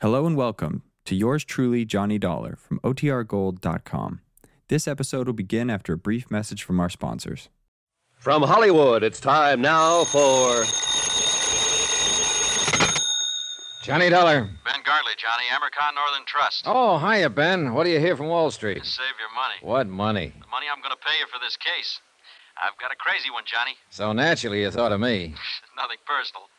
Hello and welcome to yours truly, Johnny Dollar from OTRGold.com. This episode will begin after a brief message from our sponsors. From Hollywood, it's time now for. Johnny Dollar. Ben Gartley, Johnny, Amercon Northern Trust. Oh, hiya, Ben. What do you hear from Wall Street? Save your money. What money? The money I'm going to pay you for this case. I've got a crazy one, Johnny. So naturally, you thought of me. Nothing personal.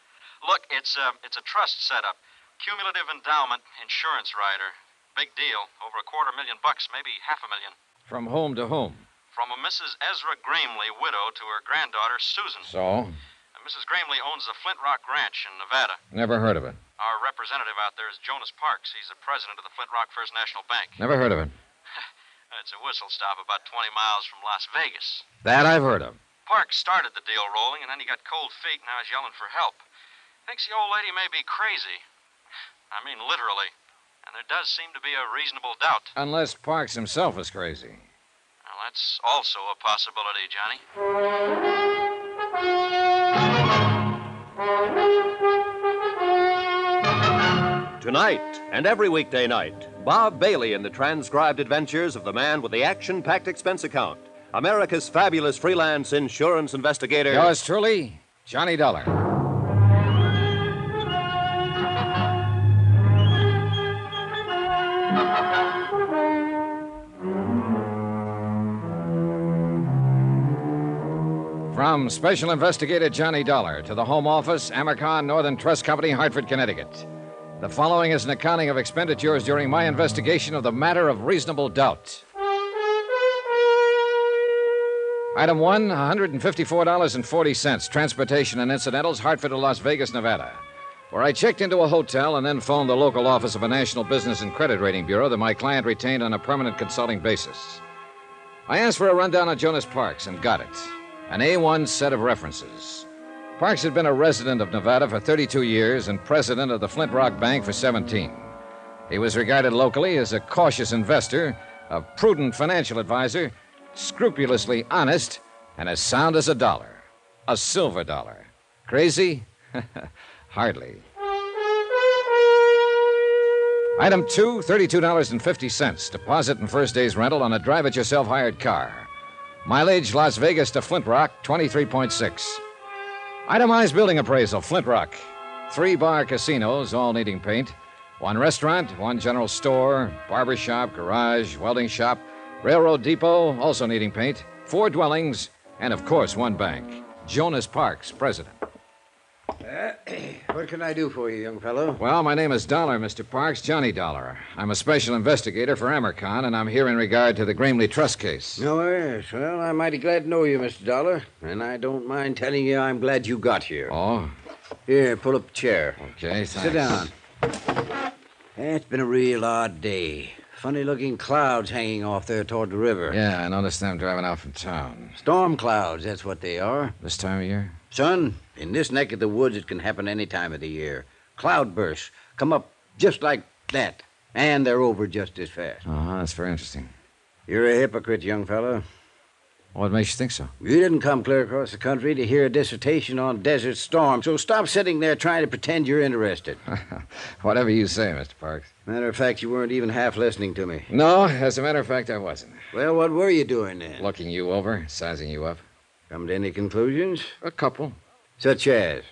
Look, it's a, it's a trust setup. Cumulative endowment insurance rider. Big deal. Over a quarter million bucks, maybe half a million. From whom to whom? From a Mrs. Ezra Gramley, widow, to her granddaughter, Susan. So? And Mrs. Gramley owns the Flint Rock Ranch in Nevada. Never heard of it. Our representative out there is Jonas Parks. He's the president of the Flint Rock First National Bank. Never heard of it. It's a whistle stop about 20 miles from Las Vegas. That I've heard of. Parks started the deal rolling, and then he got cold feet, and now he's yelling for help. Thinks the old lady may be crazy. I mean, literally. And there does seem to be a reasonable doubt. Unless Parks himself is crazy. Well, that's also a possibility, Johnny. Tonight and every weekday night, Bob Bailey in the transcribed adventures of the man with the action packed expense account, America's fabulous freelance insurance investigator. Yours truly, Johnny Dollar. From Special Investigator Johnny Dollar to the Home Office, Amercon Northern Trust Company, Hartford, Connecticut. The following is an accounting of expenditures during my investigation of the matter of reasonable doubt. Item one, $154.40, transportation and incidentals, Hartford to Las Vegas, Nevada, where I checked into a hotel and then phoned the local office of a national business and credit rating bureau that my client retained on a permanent consulting basis. I asked for a rundown on Jonas Parks and got it an A1 set of references. Parks had been a resident of Nevada for 32 years and president of the Flint Rock Bank for 17. He was regarded locally as a cautious investor, a prudent financial advisor, scrupulously honest, and as sound as a dollar. A silver dollar. Crazy? Hardly. Item two $32.50. Deposit and first day's rental on a drive it yourself hired car. Mileage Las Vegas to Flint Rock, 23.6. Itemized building appraisal, Flint Rock. Three bar casinos, all needing paint. One restaurant, one general store, barber shop, garage, welding shop, railroad depot, also needing paint. Four dwellings, and of course, one bank. Jonas Parks, president. What can I do for you, young fellow? Well, my name is Dollar, Mr. Parks, Johnny Dollar. I'm a special investigator for Amercon, and I'm here in regard to the Gramley Trust case. No, Oh, yes. Well, I'm mighty glad to know you, Mr. Dollar. And I don't mind telling you I'm glad you got here. Oh, Here, pull up a chair. okay, thanks. Sit down. It's been a real odd day. Funny looking clouds hanging off there toward the river. Yeah, I noticed them driving out from town. Storm clouds, that's what they are. This time of year? Son, in this neck of the woods, it can happen any time of the year. Cloudbursts come up just like that, and they're over just as fast. Uh-huh, that's very interesting. You're a hypocrite, young fellow. What makes you think so? You didn't come clear across the country to hear a dissertation on Desert Storm, so stop sitting there trying to pretend you're interested. Whatever you say, Mr. Parks. Matter of fact, you weren't even half listening to me. No, as a matter of fact, I wasn't. Well, what were you doing then? Looking you over, sizing you up. Come to any conclusions? A couple. Such as?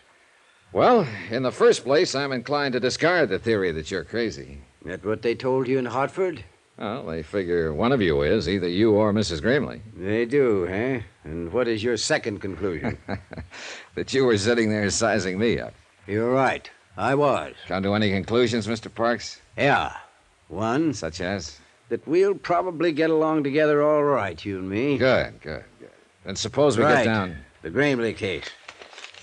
Well, in the first place, I'm inclined to discard the theory that you're crazy. That what they told you in Hartford? Well, they figure one of you is, either you or Mrs. Grimley. They do, eh? And what is your second conclusion? That you were sitting there sizing me up. you're right. I was. Come to any conclusions, Mr. Parks? Yeah. One, Such as? that we'll probably get along together all right, you and me. Good, good, good. And suppose we Right. get down. The Gramley case.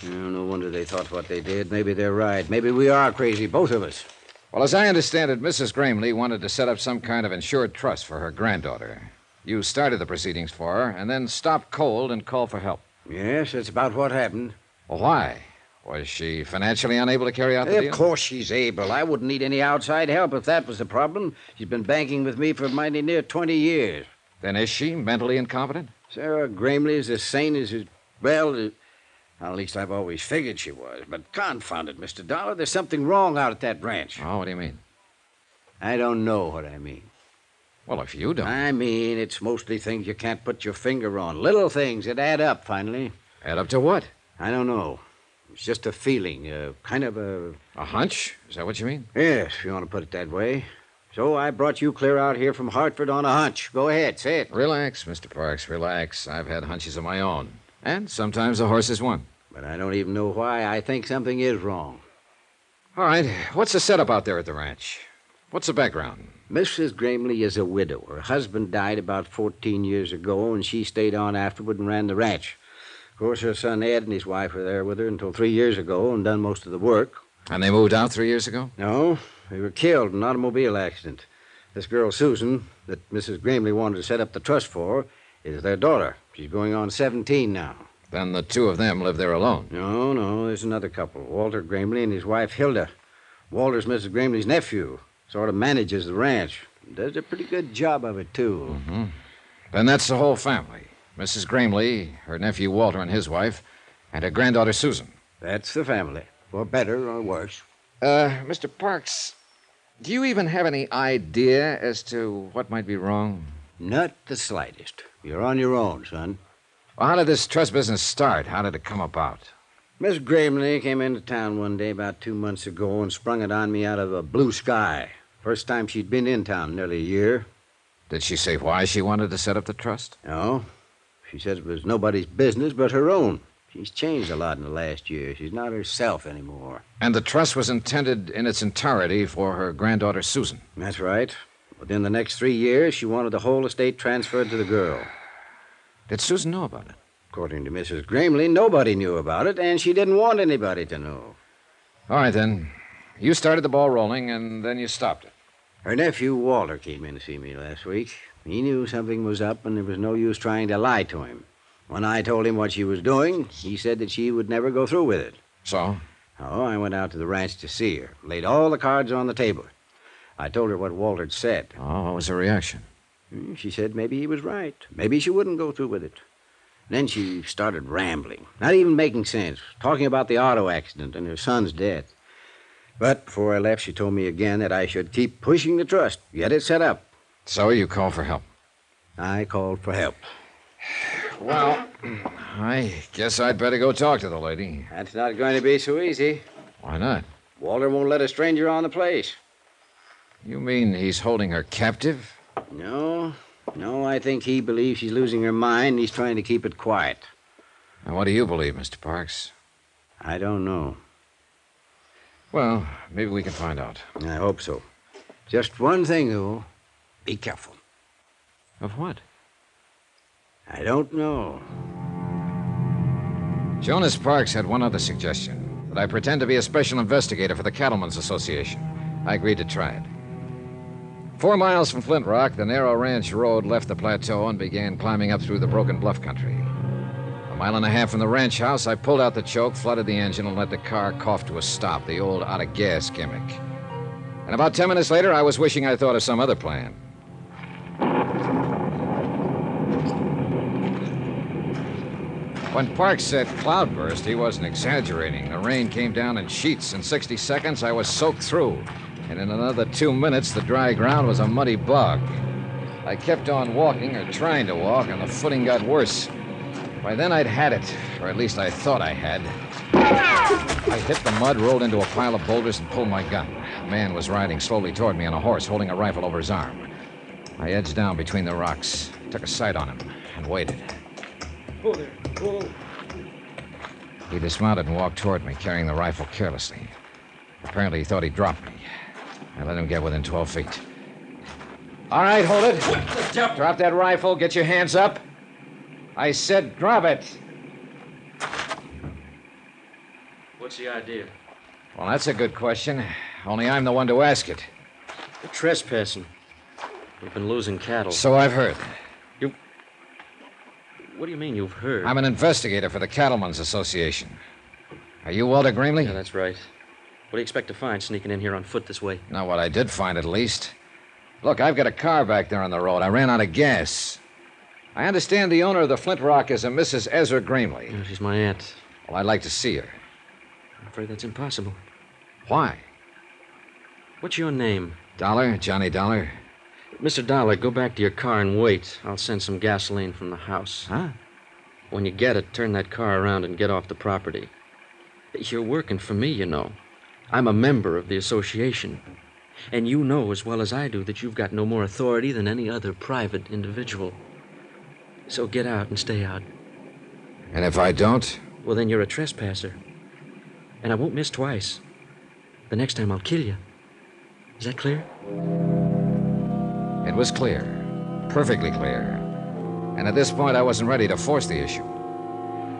Well, no wonder they thought what they did. Maybe they're right. Maybe we are crazy, both of us. Well, as I understand it, Mrs. Gramley wanted to set up some kind of insured trust for her granddaughter. You started the proceedings for her and then stopped cold and called for help. Yes, that's about what happened. Well, why? Was she financially unable to carry out the Of deal? course she's able. I wouldn't need any outside help if that was the problem. She's been banking with me for mighty near 20 years. Then is she mentally incompetent? Sarah Gramley is as sane as, as well, as- at least I've always figured she was. But confound it, Mr. Dollar, there's something wrong out at that ranch. Oh, what do you mean? I don't know what I mean. Well, if you don't. I mean, it's mostly things you can't put your finger on. Little things that add up, finally. Add up to what? I don't know. It's just a feeling, a kind of a. A hunch? Is that what you mean? Yes, if you want to put it that way. So I brought you clear out here from Hartford on a hunch. Go ahead, say it. Relax, Mr. Parks, relax. I've had hunches of my own. And sometimes the horse is one. But I don't even know why I think something is wrong. All right, what's the setup out there at the ranch? What's the background? Mrs. Gramley is a widow. Her husband died about 14 years ago, and she stayed on afterward and ran the ranch. Of course, her son Ed and his wife were there with her until three years ago and done most of the work. And they moved out three years ago? No, they were killed in an automobile accident. This girl, Susan, that Mrs. Gramley wanted to set up the trust for, is their daughter. She's going on 17 now. Then the two of them live there alone. No, no, there's another couple Walter Gramley and his wife, Hilda. Walter's Mrs. Gramley's nephew. Sort of manages the ranch. Does a pretty good job of it, too. Then that's the whole family Mrs. Gramley, her nephew Walter and his wife, and her granddaughter Susan. That's the family. For better or worse. Uh, Mr. Parks, do you even have any idea as to what might be wrong? Not the slightest. You're on your own, son. Well, how did this trust business start? How did it come about? Miss Gramley came into town one day about two months ago and sprung it on me out of a blue sky. First time she'd been in town in nearly a year. Did she say why she wanted to set up the trust? No. She said it was nobody's business but her own. She's changed a lot in the last year. She's not herself anymore. And the trust was intended in its entirety for her granddaughter Susan. That's right. Within the next three years, she wanted the whole estate transferred to the girl. Did Susan know about it? According to Mrs. Gramley, nobody knew about it, and she didn't want anybody to know. All right, then. You started the ball rolling, and then you stopped it. Her nephew, Walter, came in to see me last week. He knew something was up, and there was no use trying to lie to him. When I told him what she was doing, he said that she would never go through with it. So? Oh, I went out to the ranch to see her, laid all the cards on the table. I told her what Walter had said. Oh, what was her reaction? Hmm, She said maybe he was right. Maybe she wouldn't go through with it. Then she started rambling, not even making sense, talking about the auto accident and her son's death. But before I left, she told me again that I should keep pushing the trust, get it set up. So you called for help. I called for help. Well, I guess I'd better go talk to the lady. That's not going to be so easy. Why not? Walter won't let a stranger on the place. You mean he's holding her captive? No, no, I think he believes she's losing her mind and he's trying to keep it quiet. And what do you believe, Mr. Parks? I don't know. Well, maybe we can find out. I hope so. Just one thing, though be careful. Of what? I don't know. Jonas Parks had one other suggestion that I pretend to be a special investigator for the Cattlemen's Association. I agreed to try it. Four miles from Flint Rock, the narrow ranch road left the plateau and began climbing up through the broken bluff country. A mile and a half from the ranch house, I pulled out the choke, flooded the engine, and let the car cough to a stop, the old out of gas gimmick. And about ten minutes later, I was wishing I thought of some other plan. When Parks said cloudburst, he wasn't exaggerating. The rain came down in sheets. In 60 seconds, I was soaked through. And in another two minutes, the dry ground was a muddy bog. I kept on walking, or trying to walk, and the footing got worse. By then, I'd had it, or at least I thought I had. I hit the mud, rolled into a pile of boulders, and pulled my gun. A man was riding slowly toward me on a horse, holding a rifle over his arm. I edged down between the rocks, took a sight on him, and waited. He dismounted and walked toward me, carrying the rifle carelessly. Apparently, he thought he dropped me. I let him get within 12 feet. All right, hold it. Drop that rifle. Get your hands up. I said, drop it. What's the idea? Well, that's a good question. Only I'm the one to ask it. You're trespassing. We've been losing cattle. So I've heard. What do you mean you've heard? I'm an investigator for the Cattlemen's Association. Are you Walter Greenley? Yeah, that's right. What do you expect to find sneaking in here on foot this way? Not what I did find, at least. Look, I've got a car back there on the road. I ran out of gas. I understand the owner of the Flint Rock is a Mrs. Ezra Gramley. Yeah, she's my aunt. Well, I'd like to see her. I'm afraid that's impossible. Why? What's your name? Dollar, Johnny Dollar. Mr. Dollar, go back to your car and wait. I'll send some gasoline from the house. Huh? When you get it, turn that car around and get off the property. You're working for me, you know. I'm a member of the association. And you know as well as I do that you've got no more authority than any other private individual. So get out and stay out. And if I don't, Well, then you're a trespasser. And I won't miss twice. The next time I'll kill you. Is that clear? it was clear. Perfectly clear. And at this point, I wasn't ready to force the issue.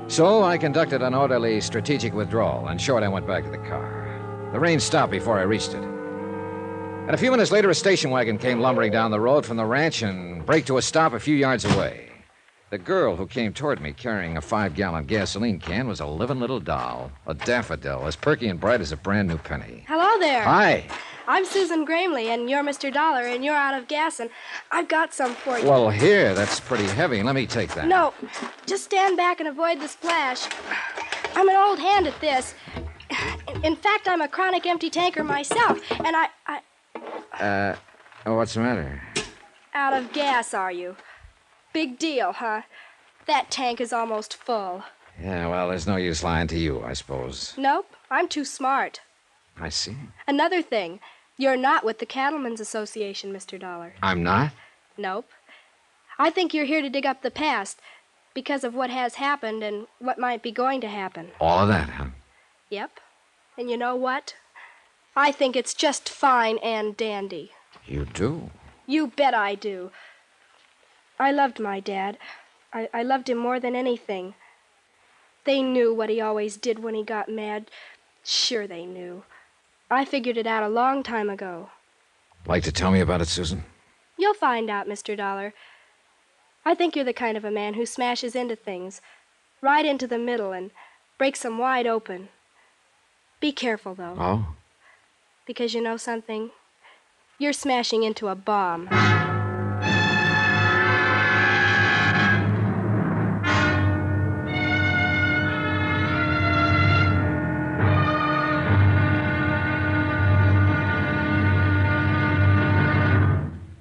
So I conducted an orderly strategic withdrawal, and short, I went back to the car. The rain stopped before I reached it. And a few minutes later, a station wagon came lumbering down the road from the ranch and braked to a stop a few yards away. The girl who came toward me carrying a five gallon gasoline can was a living little doll, a daffodil, as perky and bright as a brand new penny. Hello there. Hi. I'm Susan Gramley, and you're Mr. Dollar, and you're out of gas, and I've got some for you. Well, here, that's pretty heavy. Let me take that. No, just stand back and avoid the splash. I'm an old hand at this. In fact, I'm a chronic empty tanker myself, and I, I Oh, what's the matter? out of gas, are you? Big deal, huh? That tank is almost full. Yeah, well, there's no use lying to you, I suppose. Nope, I'm too smart. I see. Another thing, you're not with the Cattlemen's Association, Mr. Dollar. I'm not? Nope. I think you're here to dig up the past because of what has happened and what might be going to happen. All of that, huh? Yep. And you know what? I think it's just fine and dandy. You do? You bet I do. I loved my dad. I, I loved him more than anything. They knew what he always did when he got mad. Sure, they knew. I figured it out a long time ago. Like to tell me about it, Susan? You'll find out, Mr. Dollar. I think you're the kind of a man who smashes into things, right into the middle, and breaks them wide open. Be careful, though, Oh? because you know something? You're smashing into a bomb.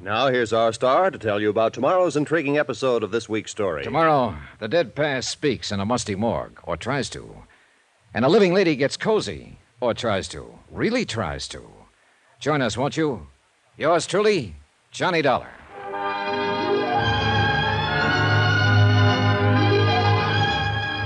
Now, here's our star to tell you about tomorrow's intriguing episode of this week's story. Tomorrow, the dead past speaks in a musty morgue, or tries to. And a living lady gets cozy, or tries to. Really tries to. Join us, won't you? Yours truly, Johnny Dollar.